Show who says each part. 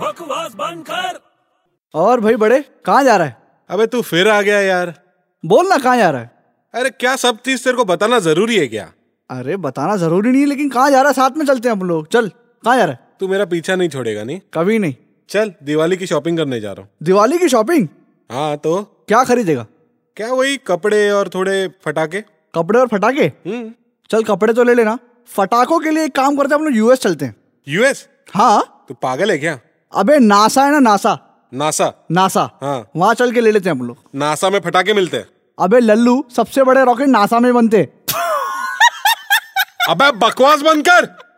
Speaker 1: बकवास बंद कर
Speaker 2: और भाई बड़े कहाँ जा रहा है
Speaker 3: अबे तू फिर आ गया यार
Speaker 2: बोल ना कहाँ जा रहा है
Speaker 3: अरे क्या सब चीज तेरे को बताना जरूरी है क्या
Speaker 2: अरे बताना जरूरी नहीं है, लेकिन कहाँ जा रहा है साथ में चलते हैं हम लोग चल कहाँ जा रहा है
Speaker 3: तू मेरा पीछा नहीं छोड़ेगा नहीं
Speaker 2: कभी नहीं
Speaker 3: चल दिवाली की शॉपिंग करने जा रहा हूँ
Speaker 2: दिवाली की शॉपिंग
Speaker 3: हाँ तो
Speaker 2: क्या खरीदेगा
Speaker 3: क्या वही कपड़े और थोड़े फटाके
Speaker 2: कपड़े और फटाके
Speaker 3: हम्म
Speaker 2: चल कपड़े तो ले लेना फटाकों के लिए एक काम करते हैं हम लोग यूएस चलते हैं
Speaker 3: यूएस
Speaker 2: हाँ
Speaker 3: तू पागल है क्या
Speaker 2: अबे नासा है ना नासा
Speaker 3: नासा
Speaker 2: नासा
Speaker 3: हाँ।
Speaker 2: वहाँ चल के ले लेते हैं हम लोग
Speaker 3: नासा में फटाके मिलते हैं
Speaker 2: अबे लल्लू सबसे बड़े रॉकेट नासा में बनते हैं
Speaker 3: अबे बकवास बंद कर